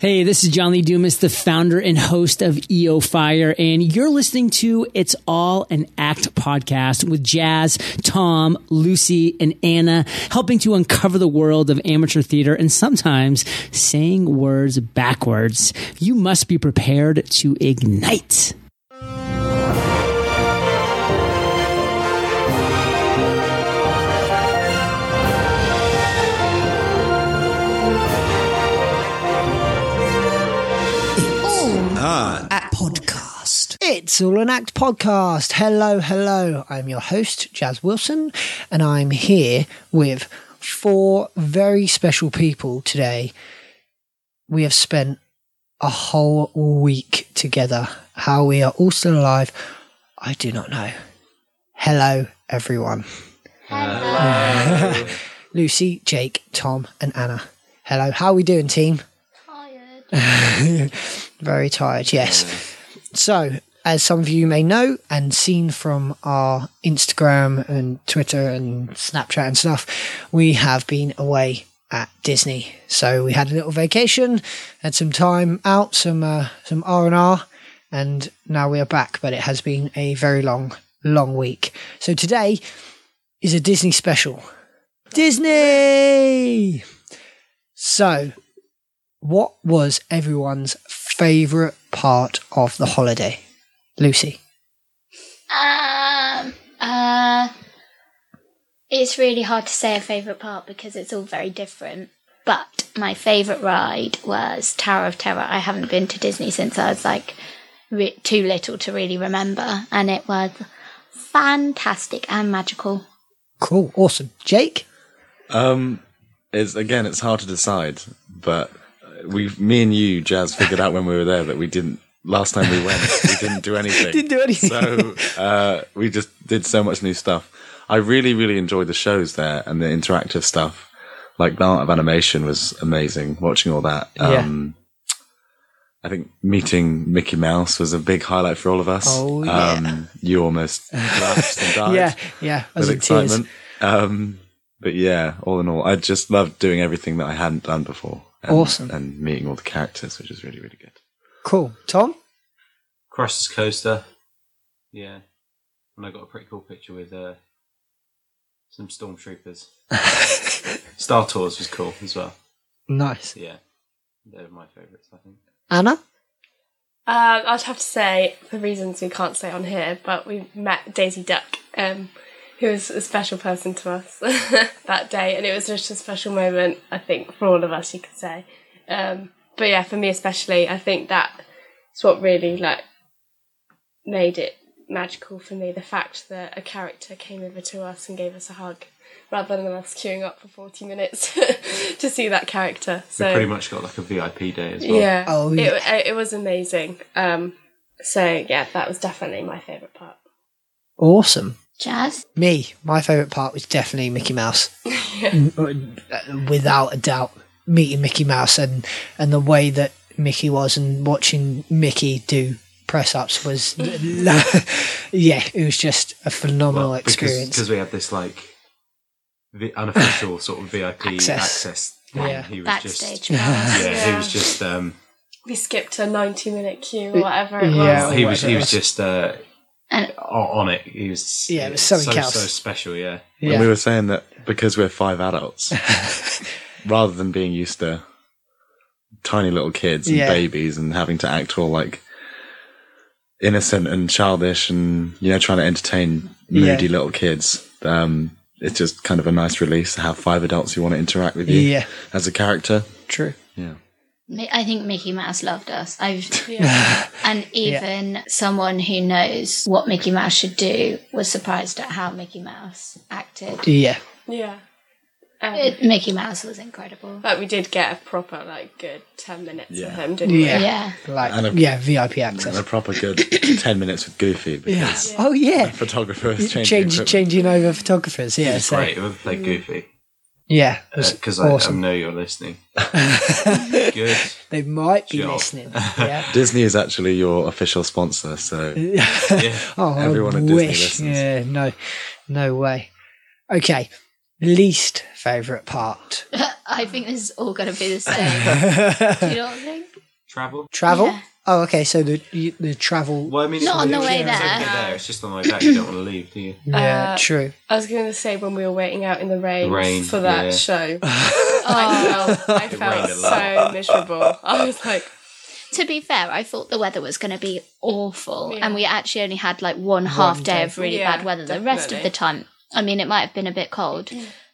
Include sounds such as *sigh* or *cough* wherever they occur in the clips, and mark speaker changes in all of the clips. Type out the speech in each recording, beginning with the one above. Speaker 1: Hey, this is John Lee Dumas, the founder and host of EO Fire, and you're listening to It's All an Act podcast with Jazz, Tom, Lucy, and Anna, helping to uncover the world of amateur theater and sometimes saying words backwards. You must be prepared to ignite.
Speaker 2: at podcast.
Speaker 3: It's All an Act podcast. Hello, hello. I'm your host, Jazz Wilson, and I'm here with four very special people today. We have spent a whole week together. How we are all still alive, I do not know. Hello, everyone. Hello. *laughs* Lucy, Jake, Tom, and Anna. Hello. How are we doing, team? *laughs* Very tired, yes. So, as some of you may know and seen from our Instagram and Twitter and Snapchat and stuff, we have been away at Disney. So we had a little vacation, had some time out, some uh, some R and R, and now we are back. But it has been a very long, long week. So today is a Disney special. Disney. So what was everyone's favorite part of the holiday? Lucy.
Speaker 4: Um, uh, it's really hard to say a favourite part because it's all very different. But my favourite ride was Tower of Terror. I haven't been to Disney since I was like re- too little to really remember, and it was fantastic and magical.
Speaker 3: Cool. Awesome. Jake?
Speaker 5: Um, it's again, it's hard to decide, but we, me and you, Jazz, figured out when we were there that we didn't. Last time we went, we didn't do anything.
Speaker 3: *laughs* Didn't do anything.
Speaker 5: So uh, we just did so much new stuff. I really, really enjoyed the shows there and the interactive stuff. Like the art of animation was amazing. Watching all that.
Speaker 3: Yeah.
Speaker 5: Um, I think meeting Mickey Mouse was a big highlight for all of us.
Speaker 3: Oh, yeah.
Speaker 5: Um, you
Speaker 3: *laughs*
Speaker 5: almost collapsed and died
Speaker 3: Yeah. Yeah. I was
Speaker 5: with
Speaker 3: in tears.
Speaker 5: excitement. Um, but yeah, all in all, I just loved doing everything that I hadn't done before. And,
Speaker 3: Awesome.
Speaker 5: And meeting all the characters, which is really, really good.
Speaker 3: Cool. Tom?
Speaker 6: Cross Coaster. Yeah. And I got a pretty cool picture with uh,
Speaker 3: *laughs*
Speaker 6: some stormtroopers. Star Tours was cool as well.
Speaker 3: Nice.
Speaker 6: Yeah. They're my favourites, I think.
Speaker 3: Anna?
Speaker 7: Um, I'd have to say, for reasons we can't say on here, but we met Daisy Duck, um, who was a special person to us *laughs* that day, and it was just a special moment, I think, for all of us, you could say. Um, but yeah, for me especially, I think that's what really like made it magical for me. The fact that a character came over to us and gave us a hug, rather than us queuing up for forty minutes *laughs* to see that character. So
Speaker 6: we pretty much got like a VIP day as well.
Speaker 7: yeah.
Speaker 3: Oh,
Speaker 7: it,
Speaker 3: yeah.
Speaker 7: It, it was amazing. Um, so yeah, that was definitely my favourite part.
Speaker 3: Awesome.
Speaker 4: Jazz?
Speaker 3: Me, my favourite part was definitely Mickey *laughs* Mouse. Mm, uh, Without a doubt, meeting Mickey Mouse and, and the way that Mickey was and watching Mickey do press ups *laughs* was, yeah, it was just a phenomenal experience.
Speaker 6: Because we had this like the unofficial sort of
Speaker 3: *laughs*
Speaker 6: VIP
Speaker 3: Access.
Speaker 6: access, thing.
Speaker 3: Yeah.
Speaker 6: He was
Speaker 4: Backstage
Speaker 6: just
Speaker 4: pass.
Speaker 6: *laughs* yeah, he
Speaker 7: Yeah.
Speaker 6: was just um
Speaker 7: We skipped a ninety-minute queue or whatever it
Speaker 3: Yeah.
Speaker 7: was.
Speaker 6: he was he
Speaker 3: whatever.
Speaker 6: was just uh
Speaker 4: And-
Speaker 6: o- on it. He was
Speaker 3: Yeah, it was
Speaker 6: so
Speaker 3: something
Speaker 6: so
Speaker 3: else.
Speaker 6: special, yeah.
Speaker 5: And
Speaker 3: yeah.
Speaker 5: we were saying that because we're
Speaker 3: *laughs*
Speaker 5: five adults, rather than being used to tiny little kids and
Speaker 3: Yeah.
Speaker 5: babies and having to act all like innocent and childish and, you know, trying to entertain moody
Speaker 3: Yeah.
Speaker 5: little kids, um, it's just kind of a nice release to have five adults who want to interact with you
Speaker 3: yeah,
Speaker 5: as a character.
Speaker 3: true.
Speaker 5: Yeah.
Speaker 4: Mi- I think Mickey Mouse loved us.
Speaker 6: *laughs*
Speaker 4: I've
Speaker 7: Yeah.
Speaker 4: and even someone who knows what Mickey Mouse should do was surprised at how Mickey Mouse acted.
Speaker 3: Yeah.
Speaker 7: yeah. Um,
Speaker 4: It- Mickey Mouse was incredible.
Speaker 7: like we did get a proper like good ten minutes
Speaker 5: Yeah.
Speaker 7: of him, didn't we?
Speaker 3: Yeah.
Speaker 4: Yeah.
Speaker 3: Like,
Speaker 5: And a-
Speaker 3: yeah, VIP access.
Speaker 5: And a proper good *coughs* 10 minutes with Goofy because
Speaker 3: *laughs* Oh, yeah.
Speaker 5: photographer is changing.
Speaker 3: Change,
Speaker 5: equipment.
Speaker 3: changing over photographers. Yeah,
Speaker 6: It's
Speaker 3: so,
Speaker 6: great. Whoever played Goofy,
Speaker 3: yeah, it was
Speaker 6: because
Speaker 3: awesome.
Speaker 6: Uh, I, um, I know you're
Speaker 3: *laughs*
Speaker 6: listening. Good.
Speaker 3: they might be
Speaker 6: Sure.
Speaker 3: listening. Yeah.
Speaker 5: Disney is actually your official sponsor, so
Speaker 3: Oh,
Speaker 5: Everyone
Speaker 3: I
Speaker 5: at Disney
Speaker 3: wish.
Speaker 5: listens.
Speaker 3: Yeah, no, no way. Okay, least favorite part.
Speaker 4: I think this is all going to be the same. Do you not think?
Speaker 6: Travel?
Speaker 3: Travel?
Speaker 4: Yeah.
Speaker 3: Oh, okay. So the you- the travel.
Speaker 6: Well, I mean,
Speaker 4: Not on the way
Speaker 6: it's
Speaker 4: there.
Speaker 6: okay there. It's just on the way back.
Speaker 4: *clears throat*
Speaker 6: You don't want to leave, do you?
Speaker 3: Yeah,
Speaker 7: Uh,
Speaker 3: true.
Speaker 7: I was going to say when we were waiting out in the rain,
Speaker 6: Rain,
Speaker 7: for that
Speaker 3: *laughs*
Speaker 6: yeah.
Speaker 7: show.
Speaker 3: Oh,
Speaker 7: I felt, I felt
Speaker 6: rained a lot.
Speaker 7: so miserable. I was like,
Speaker 4: To be fair, I thought the weather was going to be awful,
Speaker 7: Yeah.
Speaker 4: and we actually only had like one half day, of really
Speaker 7: Yeah,
Speaker 4: bad weather. The rest of
Speaker 7: definitely. Mm.
Speaker 4: the time, I mean, it might have been a bit cold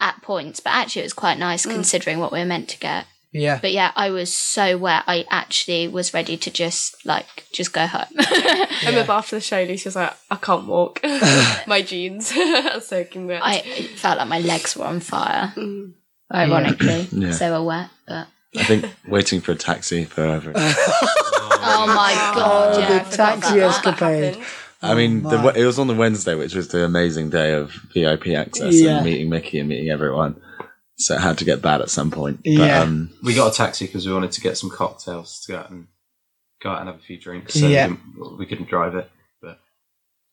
Speaker 4: at points, but actually it was quite nice considering what we were meant to get.
Speaker 3: Yeah.
Speaker 4: But yeah, I was so wet. I actually was ready to just like just go
Speaker 7: *laughs*
Speaker 4: home.
Speaker 7: I remember after the show, Lucy was like, I can't walk.
Speaker 3: *laughs*
Speaker 7: My jeans *laughs* are soaking wet.
Speaker 4: I it felt like my legs were on fire.
Speaker 7: Mm.
Speaker 4: Ironically,
Speaker 5: Yeah.
Speaker 4: so were wet. But
Speaker 3: *laughs*
Speaker 5: I think waiting for a taxi forever.
Speaker 4: oh my god,
Speaker 3: *laughs* Oh,
Speaker 4: yeah,
Speaker 3: the
Speaker 4: I forgot about
Speaker 3: taxi
Speaker 4: that.
Speaker 3: escapade.
Speaker 7: happened.
Speaker 5: I mean, the,
Speaker 3: my.
Speaker 5: it was on the Wednesday, which was the amazing day of VIP access
Speaker 1: Yeah.
Speaker 5: and meeting Mickey and meeting everyone. So I had to get that at some point. But,
Speaker 3: Yeah.
Speaker 5: um,
Speaker 6: We got a taxi because we wanted to get some cocktails to go out and go out and have a few drinks. So
Speaker 3: Yeah.
Speaker 6: we, didn't, we couldn't drive it. But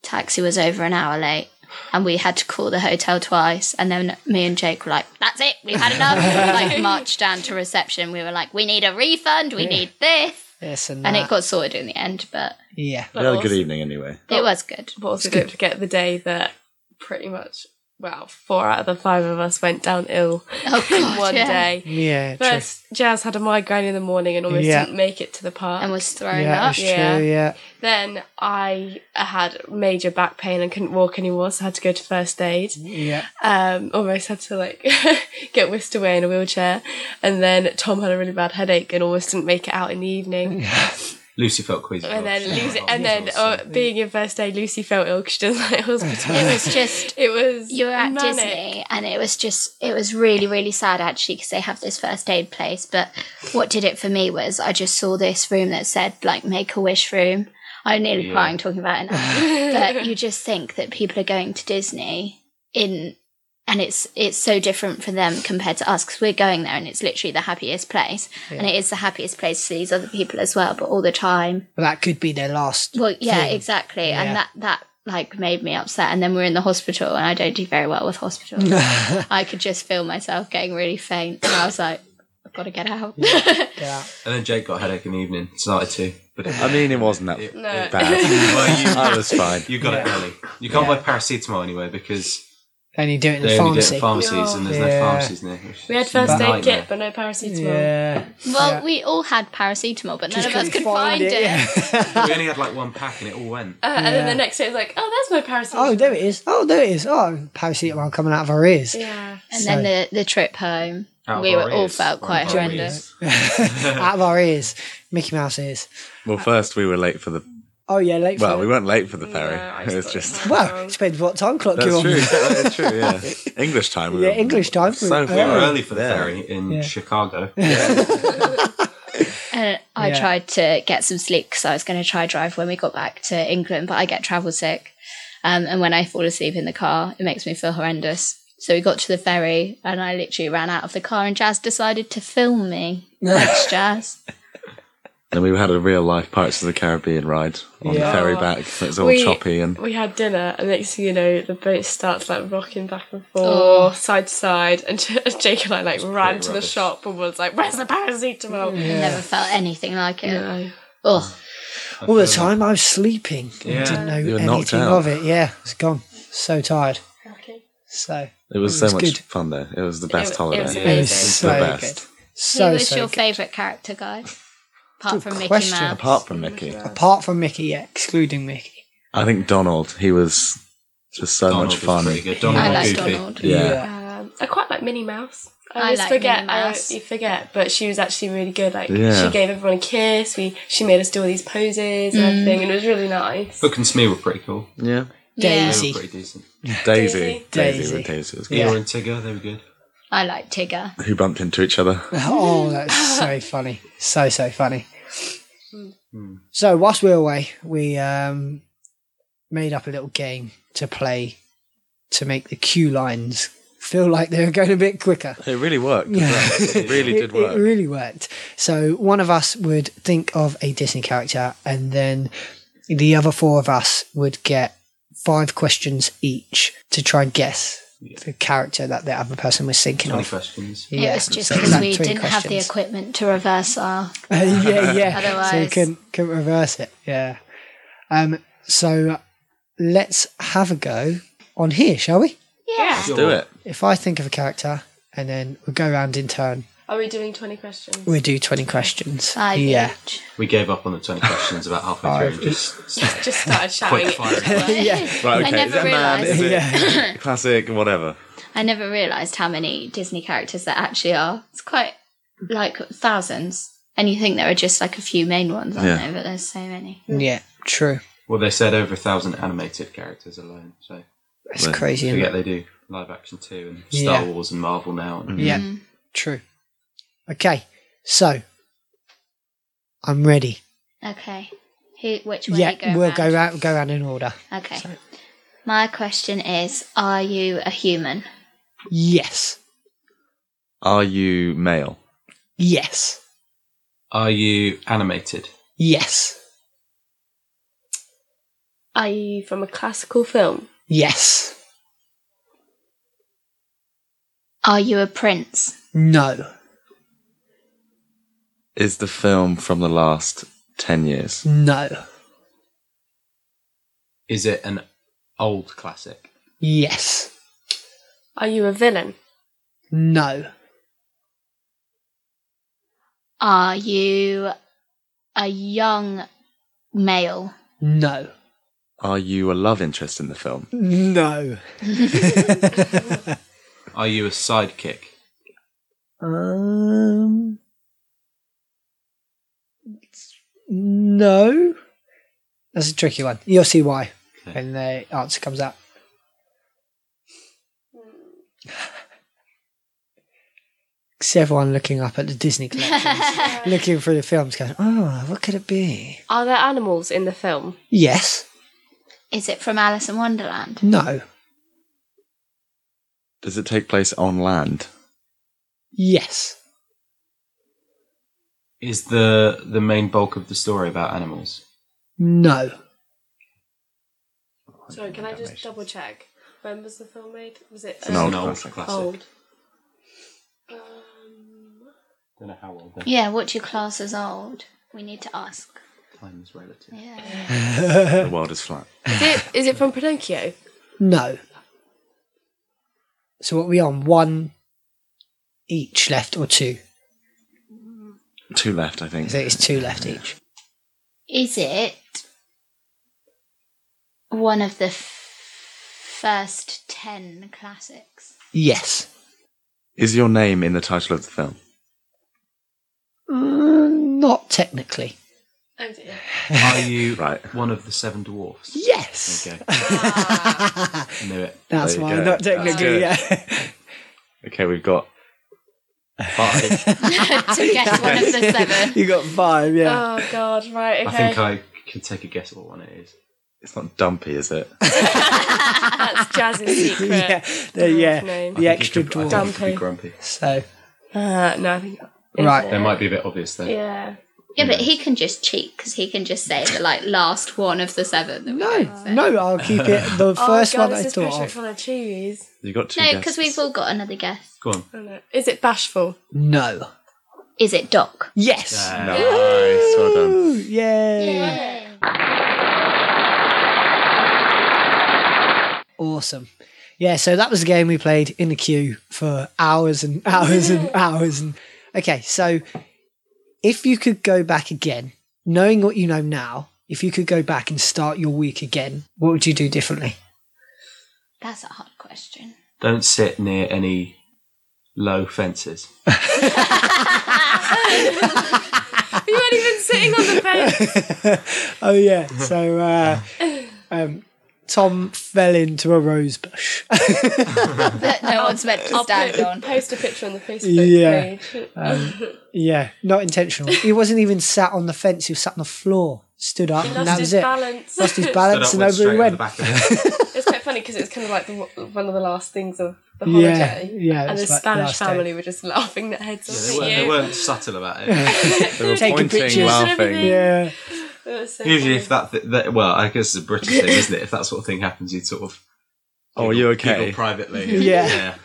Speaker 4: taxi was over an hour late and we had to call the hotel twice and then me and jake were like that's it we've had *laughs* enough We, like marched down to reception we were like we need a refund we need this
Speaker 3: Yes and,
Speaker 4: and
Speaker 3: that.
Speaker 4: it got sorted in the end but
Speaker 3: yeah.
Speaker 5: we had a
Speaker 7: also-
Speaker 5: good evening anyway.
Speaker 4: it was good
Speaker 7: But also, don't forget the day that pretty much, well, four out of the five of us went down ill
Speaker 4: *laughs* oh god
Speaker 7: one
Speaker 4: yeah.
Speaker 7: day.
Speaker 3: Yeah. True.
Speaker 7: First, Jazz had a migraine in the morning and almost
Speaker 3: Yeah.
Speaker 7: didn't make it to the park.
Speaker 4: and was thrown
Speaker 3: Yeah,
Speaker 4: up
Speaker 3: it's
Speaker 7: Yeah.
Speaker 3: true. Yeah.
Speaker 7: then I had major back pain and couldn't walk anymore, so I had to go to first aid.
Speaker 3: Yeah.
Speaker 7: um, almost had to like *laughs* get whisked away in a wheelchair. And then Tom had a really bad headache and almost didn't make it out in the evening.
Speaker 6: Lucy felt queasy.
Speaker 7: And then
Speaker 6: Oh,
Speaker 7: Lucy,
Speaker 6: oh,
Speaker 7: and then
Speaker 6: Lucy.
Speaker 7: uh, being in first aid, Lucy felt ill because she
Speaker 5: *laughs*
Speaker 7: doesn't like hospital.
Speaker 4: it was just
Speaker 7: It was
Speaker 4: you were at
Speaker 7: manic.
Speaker 4: Disney, and it was just it was really really sad actually because they have this first aid place. But what did it for me was I just saw this room that said like Make a Wish room. I'm nearly
Speaker 6: Yeah.
Speaker 4: crying talking about it
Speaker 7: *laughs*
Speaker 4: now, but you just think that people are going to Disney in. And it's it's so different for them compared to us because we're going there and it's literally the happiest place, and it is the happiest place for these other people as well. But all the time,
Speaker 3: But that could be their last.
Speaker 4: well, yeah,
Speaker 3: thing.
Speaker 4: exactly,
Speaker 3: Yeah.
Speaker 4: and that that like made me upset. And then we're in the hospital, and I don't do very well with hospital.
Speaker 3: *laughs*
Speaker 4: I could just feel myself getting really faint, and I was like, I've got to get out.
Speaker 3: Yeah.
Speaker 6: And then Jake got a headache in the evening. Started too.
Speaker 3: *laughs*
Speaker 6: But it,
Speaker 5: I mean, it wasn't that
Speaker 6: it-
Speaker 7: No. *laughs*
Speaker 6: it-
Speaker 5: bad.
Speaker 6: well, you,
Speaker 5: I was fine.
Speaker 6: you got it early. You can't buy paracetamol anyway because
Speaker 3: And you do it in the
Speaker 6: they only do it
Speaker 3: pharmacy.
Speaker 6: at pharmacies and there's
Speaker 3: Yeah.
Speaker 6: no pharmacies near.
Speaker 7: We had first
Speaker 6: Nightmare.
Speaker 7: aid kit, but no paracetamol.
Speaker 3: yeah.
Speaker 4: *laughs* well,
Speaker 3: Yeah.
Speaker 4: we all had paracetamol, but none of us
Speaker 3: couldn't
Speaker 4: could find it.
Speaker 6: we only had like one pack and it all went.
Speaker 7: Uh, And then the next day, it's like, oh, there's my paracetamol.
Speaker 3: Oh, there it is. Oh, there it is. Oh, paracetamol coming out of our ears.
Speaker 7: yeah.
Speaker 4: And then the the trip home,
Speaker 6: Out of
Speaker 4: we
Speaker 6: our
Speaker 4: were all
Speaker 6: ears.
Speaker 4: felt quite
Speaker 6: Out of our
Speaker 4: horrendous.
Speaker 6: ears.
Speaker 3: *laughs* Out of our ears. Mickey Mouse ears.
Speaker 5: Well, first we were late for the.
Speaker 3: Oh, yeah. Late
Speaker 5: Well,
Speaker 3: for
Speaker 5: we weren't late for the ferry.
Speaker 7: No, I
Speaker 5: it was
Speaker 7: thought-
Speaker 5: just.
Speaker 7: Oh.
Speaker 3: Well, it depends what time clock you're
Speaker 5: That's
Speaker 3: on.
Speaker 5: true. That's true.
Speaker 3: *laughs*
Speaker 5: Yeah, English time. We
Speaker 3: Yeah,
Speaker 5: were,
Speaker 3: English time, we
Speaker 5: So
Speaker 3: were
Speaker 5: we
Speaker 6: We
Speaker 5: were
Speaker 6: were
Speaker 5: early.
Speaker 6: early for the ferry in
Speaker 3: Yeah.
Speaker 6: Chicago.
Speaker 4: And Uh, I
Speaker 3: Yeah.
Speaker 4: tried to get some sleep because I was going to try drive when we got back to England, but I get travel sick. Um, and when I fall asleep in the car, it makes me feel horrendous. So we got to the ferry and I literally ran out of the car and Jazz decided to
Speaker 3: *laughs*
Speaker 4: film me. Thanks, Jazz.
Speaker 5: And we had a real life Pirates of the Caribbean ride on
Speaker 3: Yeah.
Speaker 5: the ferry back. It was all choppy and
Speaker 7: we had dinner, and next thing you know, the boat starts like rocking back and forth,
Speaker 4: Oh.
Speaker 7: side to side, and *laughs* J- Jake and I like ran
Speaker 6: pretty
Speaker 7: to the
Speaker 6: rubbish.
Speaker 7: shop and was like, "Where's the paracetamol?"
Speaker 4: I Never felt anything like it.
Speaker 7: No.
Speaker 4: Ugh.
Speaker 3: All the time I was sleeping. I
Speaker 6: Yeah.
Speaker 3: didn't know
Speaker 5: You were knocked
Speaker 3: anything
Speaker 5: out.
Speaker 3: of it. Yeah, it's gone. So tired. So
Speaker 5: it was so
Speaker 3: was
Speaker 5: much
Speaker 3: good.
Speaker 5: fun though. It was the best
Speaker 7: It-
Speaker 5: holiday.
Speaker 7: It was
Speaker 3: it was
Speaker 7: amazing.
Speaker 5: It's
Speaker 3: so
Speaker 5: the best.
Speaker 3: good.
Speaker 4: Who
Speaker 3: So
Speaker 4: was
Speaker 3: so
Speaker 4: your
Speaker 3: good.
Speaker 4: favourite character, guys? Apart from Mickey
Speaker 3: question.
Speaker 4: Mouse.
Speaker 5: Apart from Mickey,
Speaker 3: Apart from Mickey, yeah, excluding Mickey.
Speaker 5: I think Donald. He was just so
Speaker 6: Donald
Speaker 5: much
Speaker 6: was
Speaker 5: fun.
Speaker 6: pretty good. Donald
Speaker 4: I
Speaker 6: and
Speaker 4: like
Speaker 6: Goofy.
Speaker 4: Donald.
Speaker 5: Yeah.
Speaker 7: Um, I quite like Minnie Mouse. I,
Speaker 4: I
Speaker 7: always
Speaker 4: like
Speaker 7: forget.
Speaker 4: Minnie Mouse.
Speaker 7: I you forget, but she was actually really good. Like
Speaker 5: Yeah.
Speaker 7: she gave everyone a kiss. We she made us do all these poses
Speaker 4: Mm.
Speaker 7: and everything, and it was really nice.
Speaker 6: Book and Smee were pretty cool.
Speaker 4: Yeah.
Speaker 5: Yeah,
Speaker 6: They
Speaker 3: Daisy.
Speaker 6: were pretty decent.
Speaker 5: Daisy, Daisy,
Speaker 3: Daisy.
Speaker 5: with Daisy was good.
Speaker 3: Yeah.
Speaker 6: Eeyore and Tigger, they were good.
Speaker 4: I like Tigger.
Speaker 5: Who bumped into each other?
Speaker 3: Oh, that's so funny. So so funny.
Speaker 5: Hmm.
Speaker 3: So whilst we were away, we um, made up a little game to play to make the queue lines feel like they were going a bit quicker.
Speaker 5: *laughs* It really worked. as well. It really did
Speaker 3: *laughs* It- It,
Speaker 5: work.
Speaker 3: really worked. So one of us would think of a Disney character, and then the other four of us would get five questions each to try and guess the character that the other person was thinking
Speaker 6: Any
Speaker 3: of.
Speaker 6: questions?
Speaker 3: Yeah,
Speaker 4: it was just
Speaker 3: so
Speaker 4: because
Speaker 3: that
Speaker 4: we
Speaker 3: three
Speaker 4: didn't have the
Speaker 3: questions.
Speaker 4: equipment to reverse our.
Speaker 3: *laughs* yeah, yeah. So you
Speaker 4: Otherwise-
Speaker 3: couldn't, couldn't reverse it. Yeah. Um, so let's have a go on here, shall we?
Speaker 4: Yeah.
Speaker 6: Sure.
Speaker 5: Do it.
Speaker 3: If I think of a character and then we'll go round in turn,
Speaker 7: Are we doing 20 questions?
Speaker 3: we'll do 20 questions.
Speaker 4: Five
Speaker 3: yeah.
Speaker 4: each.
Speaker 6: We gave up on the 20 questions about halfway through and just *laughs* started
Speaker 7: Just started shouting
Speaker 6: quick
Speaker 7: it.
Speaker 4: *laughs*
Speaker 6: firing.
Speaker 3: yeah.
Speaker 5: Right,
Speaker 4: I
Speaker 5: okay. Is
Speaker 4: never
Speaker 5: it a man? Is
Speaker 4: realised.
Speaker 5: it
Speaker 4: *laughs*
Speaker 5: classic? Whatever.
Speaker 4: I never realised how many Disney characters there actually are. It's quite like thousands. And you think there are just like a few main ones, aren't
Speaker 5: Yeah.
Speaker 4: there? But there's so many.
Speaker 3: Yeah. True.
Speaker 6: Well, they said over a thousand animated characters alone, so
Speaker 3: That's
Speaker 5: Well,
Speaker 3: crazy.
Speaker 6: yeah.
Speaker 3: Isn't
Speaker 6: forget
Speaker 3: it?
Speaker 6: they do live action too and Star
Speaker 3: Yeah. Mm.
Speaker 6: Wars and Marvel now. And
Speaker 3: Yeah.
Speaker 4: Mm-hmm.
Speaker 3: True. Okay. So I'm ready.
Speaker 4: Okay. Who, which way
Speaker 3: yeah.
Speaker 4: you go
Speaker 3: we'll
Speaker 4: round?
Speaker 3: go round, go round in order.
Speaker 4: Okay. My question is Are you a human?
Speaker 3: Yes.
Speaker 5: Are you male?
Speaker 3: Yes.
Speaker 6: Are you animated?
Speaker 3: Yes.
Speaker 7: Are you from a classical film?
Speaker 3: Yes.
Speaker 4: Are you a prince?
Speaker 3: No.
Speaker 5: Is the film from the last ten years?
Speaker 3: No.
Speaker 6: Is it an old classic?
Speaker 3: Yes.
Speaker 7: Are you a villain?
Speaker 3: No.
Speaker 4: Are you a young male?
Speaker 3: No.
Speaker 5: Are you a love interest in the film?
Speaker 3: No.
Speaker 6: Are you a sidekick?
Speaker 3: Um. No. That's a tricky one. You'll see why
Speaker 6: Okay.
Speaker 3: when the answer comes out. It's everyone looking up at the Disney collections, looking through the films, going, "Oh, what could it be?"
Speaker 7: Are there animals in the film?
Speaker 3: Yes.
Speaker 4: Is it from Alice in Wonderland?
Speaker 3: No.
Speaker 5: Does it take place on land?
Speaker 3: Yes.
Speaker 6: Is the the main bulk of the story about animals?
Speaker 3: No.
Speaker 7: Sorry, can I just double check? When was the film made? Was it
Speaker 5: an old
Speaker 6: An old
Speaker 5: classic.
Speaker 6: classic.
Speaker 7: old? Um,
Speaker 6: Don't know how old. The
Speaker 4: Yeah, what do you class as old? We need to ask.
Speaker 6: time is relative.
Speaker 4: Yeah.
Speaker 5: The world is flat.
Speaker 7: is it is it from Pinocchio?
Speaker 3: No. So what are we on? One each left or two?
Speaker 5: Two left, I
Speaker 3: I
Speaker 5: think.
Speaker 3: think it's two left each.
Speaker 4: Is it one of the f- first 10 classics?
Speaker 3: Yes.
Speaker 5: Is your name in the title of the film?
Speaker 3: Mm, not technically.
Speaker 7: Oh dear.
Speaker 5: *laughs*
Speaker 6: Are you
Speaker 5: Right.
Speaker 6: one of the seven dwarfs?
Speaker 3: Yes.
Speaker 6: Okay, *laughs* I knew it.
Speaker 3: That's
Speaker 5: There you
Speaker 3: why
Speaker 5: go.
Speaker 3: not
Speaker 5: That's
Speaker 3: technically.
Speaker 5: good.
Speaker 3: Yeah. *laughs*
Speaker 5: Okay, we've got
Speaker 3: *laughs*
Speaker 5: five.
Speaker 4: to guess one of the seven.
Speaker 3: you got five. Yeah.
Speaker 7: Oh god, right,
Speaker 6: I
Speaker 7: okay.
Speaker 6: think I can take a guess at what one it is.
Speaker 5: it's not dumpy, is it?
Speaker 7: That's Jazz's secret.
Speaker 3: yeah. The, yeah.
Speaker 7: name.
Speaker 3: The
Speaker 6: I think
Speaker 3: extra
Speaker 6: it could- I
Speaker 3: dwarf.
Speaker 6: think it could be
Speaker 7: Dumpy.
Speaker 6: Grumpy.
Speaker 3: So
Speaker 7: Uh, no, I think
Speaker 3: right.
Speaker 6: That might be a bit obvious though.
Speaker 7: yeah.
Speaker 4: Yeah, but he can just cheat because he can just say the like last one of the seven. That we
Speaker 3: No,
Speaker 4: don't say.
Speaker 3: no. I'll keep it. The first
Speaker 7: Oh,
Speaker 3: one I thought of.
Speaker 7: for the cheese.
Speaker 5: You got two.
Speaker 4: no, because
Speaker 5: guesses.
Speaker 4: we've all got another guess.
Speaker 6: Go on.
Speaker 7: Oh, no. Is it bashful?
Speaker 3: No.
Speaker 4: Is it Doc?
Speaker 3: Yes.
Speaker 6: Uh,
Speaker 5: Nice, well done.
Speaker 3: Ooh, yay. Awesome. Yeah, so that was the game we played in the queue for hours and *laughs* hours and hours and okay, so if you could go back again, knowing what you know now, if you could go back and start your week again, what would you do differently?
Speaker 4: That's a hard question.
Speaker 6: Don't sit near any
Speaker 3: *laughs*
Speaker 6: low fences.
Speaker 7: You weren't even sitting
Speaker 3: *laughs*
Speaker 7: on the bench.
Speaker 3: Oh *laughs* yeah, so uh, um, Tom fell into a rose bush.
Speaker 4: That no one's meant to
Speaker 7: I'll
Speaker 4: stand
Speaker 7: put-
Speaker 4: on.
Speaker 7: post a picture on the Facebook
Speaker 3: Yeah.
Speaker 7: page.
Speaker 3: yeah, not intentional. *laughs* He wasn't even sat on the fence; he was sat on the floor, stood up, and
Speaker 7: Lost
Speaker 3: that
Speaker 7: his
Speaker 3: was it.
Speaker 7: balance.
Speaker 3: Lost
Speaker 7: *laughs*
Speaker 3: his
Speaker 6: Stood
Speaker 3: balance,
Speaker 6: up,
Speaker 3: and over
Speaker 6: went
Speaker 3: he
Speaker 6: straight on the
Speaker 3: went.
Speaker 6: back
Speaker 3: *laughs*
Speaker 6: of it.
Speaker 7: It's quite funny because it was kind of like the, one of the last things of the
Speaker 3: Yeah,
Speaker 7: holiday.
Speaker 3: yeah, it
Speaker 7: And the
Speaker 3: was like
Speaker 7: Spanish
Speaker 3: last day.
Speaker 7: family were just laughing their heads
Speaker 6: They
Speaker 7: off
Speaker 6: weren't,
Speaker 7: at
Speaker 6: they
Speaker 7: you.
Speaker 6: weren't subtle about it.
Speaker 3: *laughs*
Speaker 5: They were
Speaker 3: Taking
Speaker 5: pointing,
Speaker 3: pictures and
Speaker 5: laughing.
Speaker 3: Yeah.
Speaker 7: It was so
Speaker 6: Usually,
Speaker 7: funny.
Speaker 6: if that, th- that well, I guess it's a British thing, isn't it? If that sort of thing happens, you'd sort of
Speaker 5: Oh, are you
Speaker 6: Giggle
Speaker 5: okay?
Speaker 3: *laughs*
Speaker 6: privately.
Speaker 3: Yeah.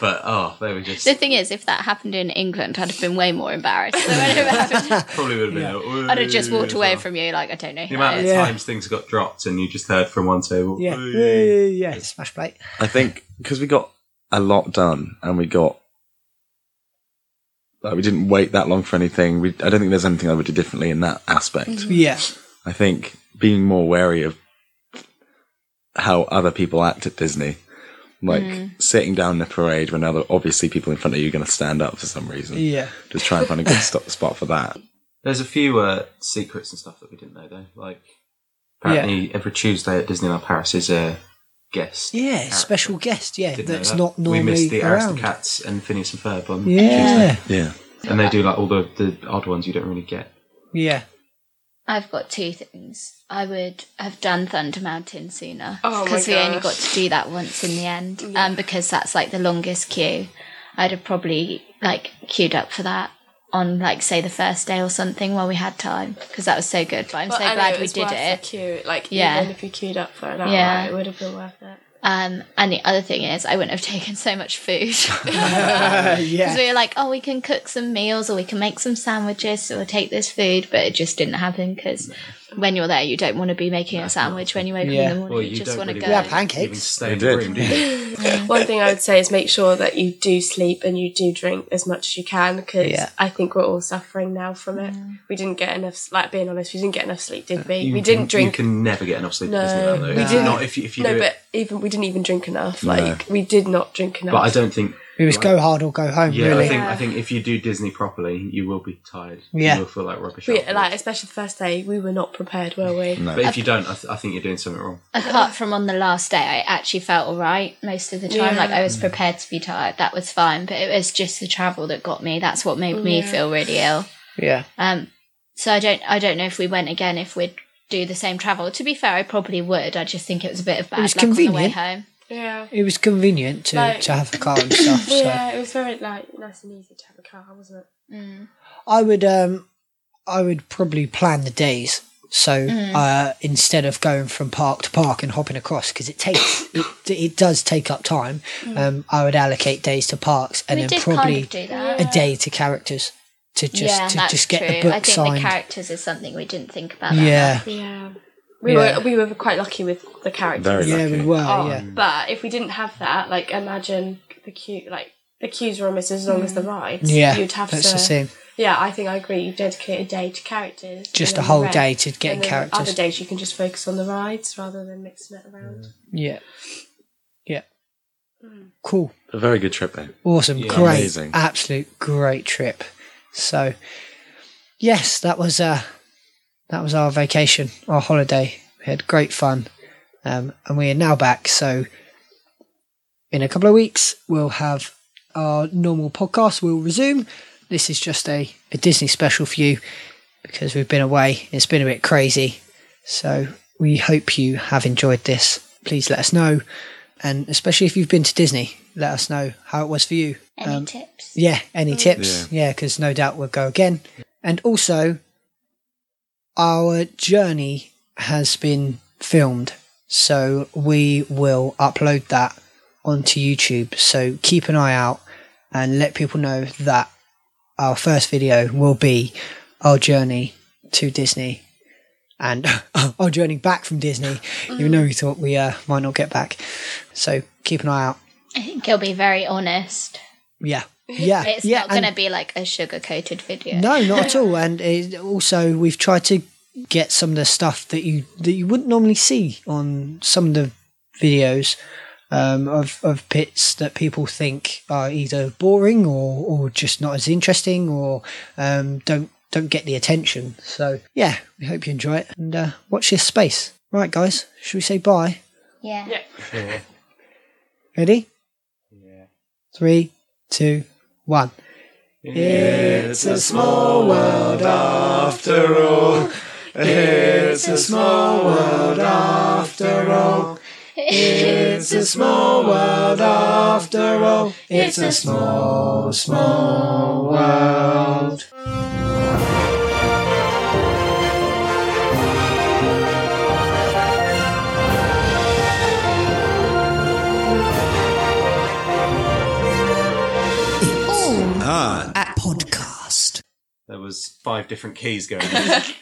Speaker 6: But oh, they were just
Speaker 4: The thing is, if that happened in England, I'd have been way more embarrassed. So when it happened,
Speaker 6: probably would have been. a,
Speaker 4: I'd have just walked
Speaker 6: "Ooh,"
Speaker 4: away
Speaker 6: as well.
Speaker 4: from you, like I don't know.
Speaker 6: the
Speaker 4: Who
Speaker 6: amount
Speaker 4: that
Speaker 6: of
Speaker 4: is.
Speaker 3: Yeah.
Speaker 6: times things got dropped and you just heard from one table.
Speaker 3: Yeah.
Speaker 6: "Ooh."
Speaker 3: Yeah, yeah, yeah. Smash plate.
Speaker 5: I think because we got a lot done and we got like we didn't wait that long for anything. We I don't think there's anything I would do differently in that aspect.
Speaker 3: Yeah.
Speaker 5: I think being more wary of how other people act at Disney, like
Speaker 3: Mm.
Speaker 5: sitting down in a parade when other obviously people in front of you are going to stand up for some reason.
Speaker 3: Yeah.
Speaker 5: Just try and find a good stop, spot
Speaker 3: *laughs*
Speaker 5: for that.
Speaker 6: There's a few uh, secrets and stuff that we didn't know though. Like apparently every Tuesday at Disneyland Paris is a guest.
Speaker 3: Yeah,
Speaker 6: character.
Speaker 3: special guest. Yeah,
Speaker 6: Didn't know
Speaker 3: that's
Speaker 6: that.
Speaker 3: not normally
Speaker 6: We missed the
Speaker 3: around.
Speaker 6: Aristocats and Phineas and Ferb on Tuesday.
Speaker 3: Yeah,
Speaker 5: Yeah.
Speaker 6: and they do like all the, the odd ones you don't really get.
Speaker 3: yeah.
Speaker 4: I've got two things. I would have done Thunder Mountain sooner
Speaker 7: Oh my
Speaker 4: because we only
Speaker 7: gosh.
Speaker 4: got to do that once in the end, and because that's like the longest queue, I'd have probably like queued up for that on like say the first day or something while we had time because that was so good. But I'm
Speaker 7: But
Speaker 4: so
Speaker 7: I know
Speaker 4: glad
Speaker 7: it
Speaker 4: we
Speaker 7: was
Speaker 4: did
Speaker 7: worth
Speaker 4: it.
Speaker 7: The queue. Like
Speaker 4: Yeah.
Speaker 7: even if you queued up for an hour,
Speaker 4: Yeah.
Speaker 7: it would have been worth it.
Speaker 4: Um, and the other thing is, I wouldn't have *laughs* taken so much food. *laughs*
Speaker 3: Uh,
Speaker 4: Because
Speaker 3: *laughs* yeah.
Speaker 4: we were like, oh, we can cook some meals or we can make some sandwiches, so we'll take this food. But it just didn't happen because when you're there, you don't want to be making a sandwich when you wake up
Speaker 3: Yeah.
Speaker 4: in the morning.
Speaker 6: Well,
Speaker 4: you,
Speaker 6: you
Speaker 4: just
Speaker 6: don't
Speaker 4: want to
Speaker 6: really
Speaker 4: go.
Speaker 3: Yeah,
Speaker 6: want
Speaker 3: pancakes.
Speaker 6: Even stay in
Speaker 5: They
Speaker 6: the
Speaker 5: did.
Speaker 3: *laughs*
Speaker 6: room, do you?
Speaker 7: One thing I would say is make sure that you do sleep and you do drink as much as you can because
Speaker 3: Yeah.
Speaker 7: I think we're all suffering now from it. We didn't get enough, s- like being honest, we didn't get enough sleep, did we? we didn't drink.
Speaker 6: You can never get enough sleep
Speaker 7: No,
Speaker 6: at Disneyland, though.
Speaker 7: we
Speaker 6: It's
Speaker 3: didn't.
Speaker 6: Not if you, if you
Speaker 7: no,
Speaker 6: do
Speaker 7: but
Speaker 6: it.
Speaker 7: even we didn't even drink enough. Like we did not drink enough.
Speaker 6: But I don't think.
Speaker 3: It was
Speaker 6: like-
Speaker 3: go hard or go home,
Speaker 6: Yeah,
Speaker 3: really.
Speaker 6: I think I think if you do Disney properly, you will be tired.
Speaker 3: Yeah.
Speaker 6: you will feel like rubbish.
Speaker 7: We,
Speaker 6: afterwards.
Speaker 7: like especially the first day, we were not prepared, were we?
Speaker 5: No.
Speaker 6: but if you don't, I, th- I think you're doing something wrong.
Speaker 4: Apart from on the last day, I actually felt all right most of the time.
Speaker 7: Yeah.
Speaker 4: Like I
Speaker 6: Mm.
Speaker 4: was prepared to be tired. That was fine. But it was just the travel that got me. That's what made me
Speaker 7: Yeah.
Speaker 4: feel really ill.
Speaker 3: yeah.
Speaker 4: Um, so I don't, I don't know if we went again, if we'd do the same travel. To be fair, I probably would. I just think it was a bit of bad
Speaker 3: was
Speaker 4: luck on the way
Speaker 3: convenient.
Speaker 4: home.
Speaker 7: Yeah.
Speaker 3: It was convenient to,
Speaker 7: Like-
Speaker 3: to have a car and stuff.
Speaker 4: *laughs*
Speaker 3: So
Speaker 7: Yeah, it was very like nice and easy to have a car, wasn't it?
Speaker 3: I would um I would probably plan the days. So
Speaker 4: Mm.
Speaker 3: uh, instead of going from park to park and hopping across, because it takes it, it does take up time, um, I would allocate days to parks and
Speaker 4: Mm. we
Speaker 3: then
Speaker 4: did
Speaker 3: probably
Speaker 4: kind of do that.
Speaker 3: a day to characters to just to just get the
Speaker 4: I
Speaker 3: book
Speaker 4: think the
Speaker 3: signed.
Speaker 4: characters is something we didn't think about. that
Speaker 3: yeah,
Speaker 4: much.
Speaker 7: Yeah. We
Speaker 3: Yeah.
Speaker 7: were we were quite lucky with the
Speaker 5: Very
Speaker 7: characters.
Speaker 3: yeah, we
Speaker 5: lucky.
Speaker 3: were.
Speaker 7: Oh,
Speaker 3: yeah,
Speaker 7: But if we didn't have that, like imagine the queue, like the queues were almost as long as the rides.
Speaker 3: yeah.
Speaker 7: you'd have
Speaker 3: that's
Speaker 7: to.
Speaker 3: the same.
Speaker 7: Yeah, I think I agree. You dedicate a day to characters.
Speaker 3: Just
Speaker 7: and
Speaker 3: a
Speaker 7: then
Speaker 3: whole
Speaker 7: the rest-
Speaker 3: day to getting
Speaker 7: and then
Speaker 3: characters.
Speaker 7: Other days you can just focus on the rides rather than mixing it around.
Speaker 3: Yeah, yeah.
Speaker 7: Mm.
Speaker 3: Cool.
Speaker 5: A very good trip though.
Speaker 3: Awesome, great,
Speaker 5: Amazing.
Speaker 3: absolute great trip. So, yes, that was uh, that was our vacation, our holiday. We had great fun, um, and we are now back. So, in a couple of weeks, we'll have our normal podcast. We'll resume. This is just a, a Disney special for you because we've been away. It's been a bit crazy. So, we hope you have enjoyed this. Please let us know, and especially if you've been to Disney, let us know how it was for you.
Speaker 4: Any tips?
Speaker 3: Yeah,
Speaker 4: Oh.
Speaker 3: any tips? Yeah, because no doubt we'll go again. And also, our journey has been filmed, so we will upload that onto YouTube. So keep an eye out and let people know that our first video will be our journey to Disney and *laughs* our journey back from Disney, even though we thought we uh, might not get back. So keep an eye out.
Speaker 4: I think he'll be very honest.
Speaker 3: Yeah. Yeah.
Speaker 4: *laughs* It's
Speaker 3: yeah,
Speaker 4: not
Speaker 3: and-
Speaker 4: going to be like a sugar coated video.
Speaker 3: No, not at all. And it, also, we've tried to get some of the stuff that you that you wouldn't normally see on some of the videos um, of of pits that people think are either boring or or just not as interesting or um, don't don't get the attention. So yeah, we hope you enjoy it and uh, watch this space. Right, guys, should we say bye?
Speaker 4: Yeah.
Speaker 3: Ready? Three, two, one. It's a small world after all. It's a small world after all. It's a small world after all. It's a small, small world.
Speaker 6: five different keys going. on.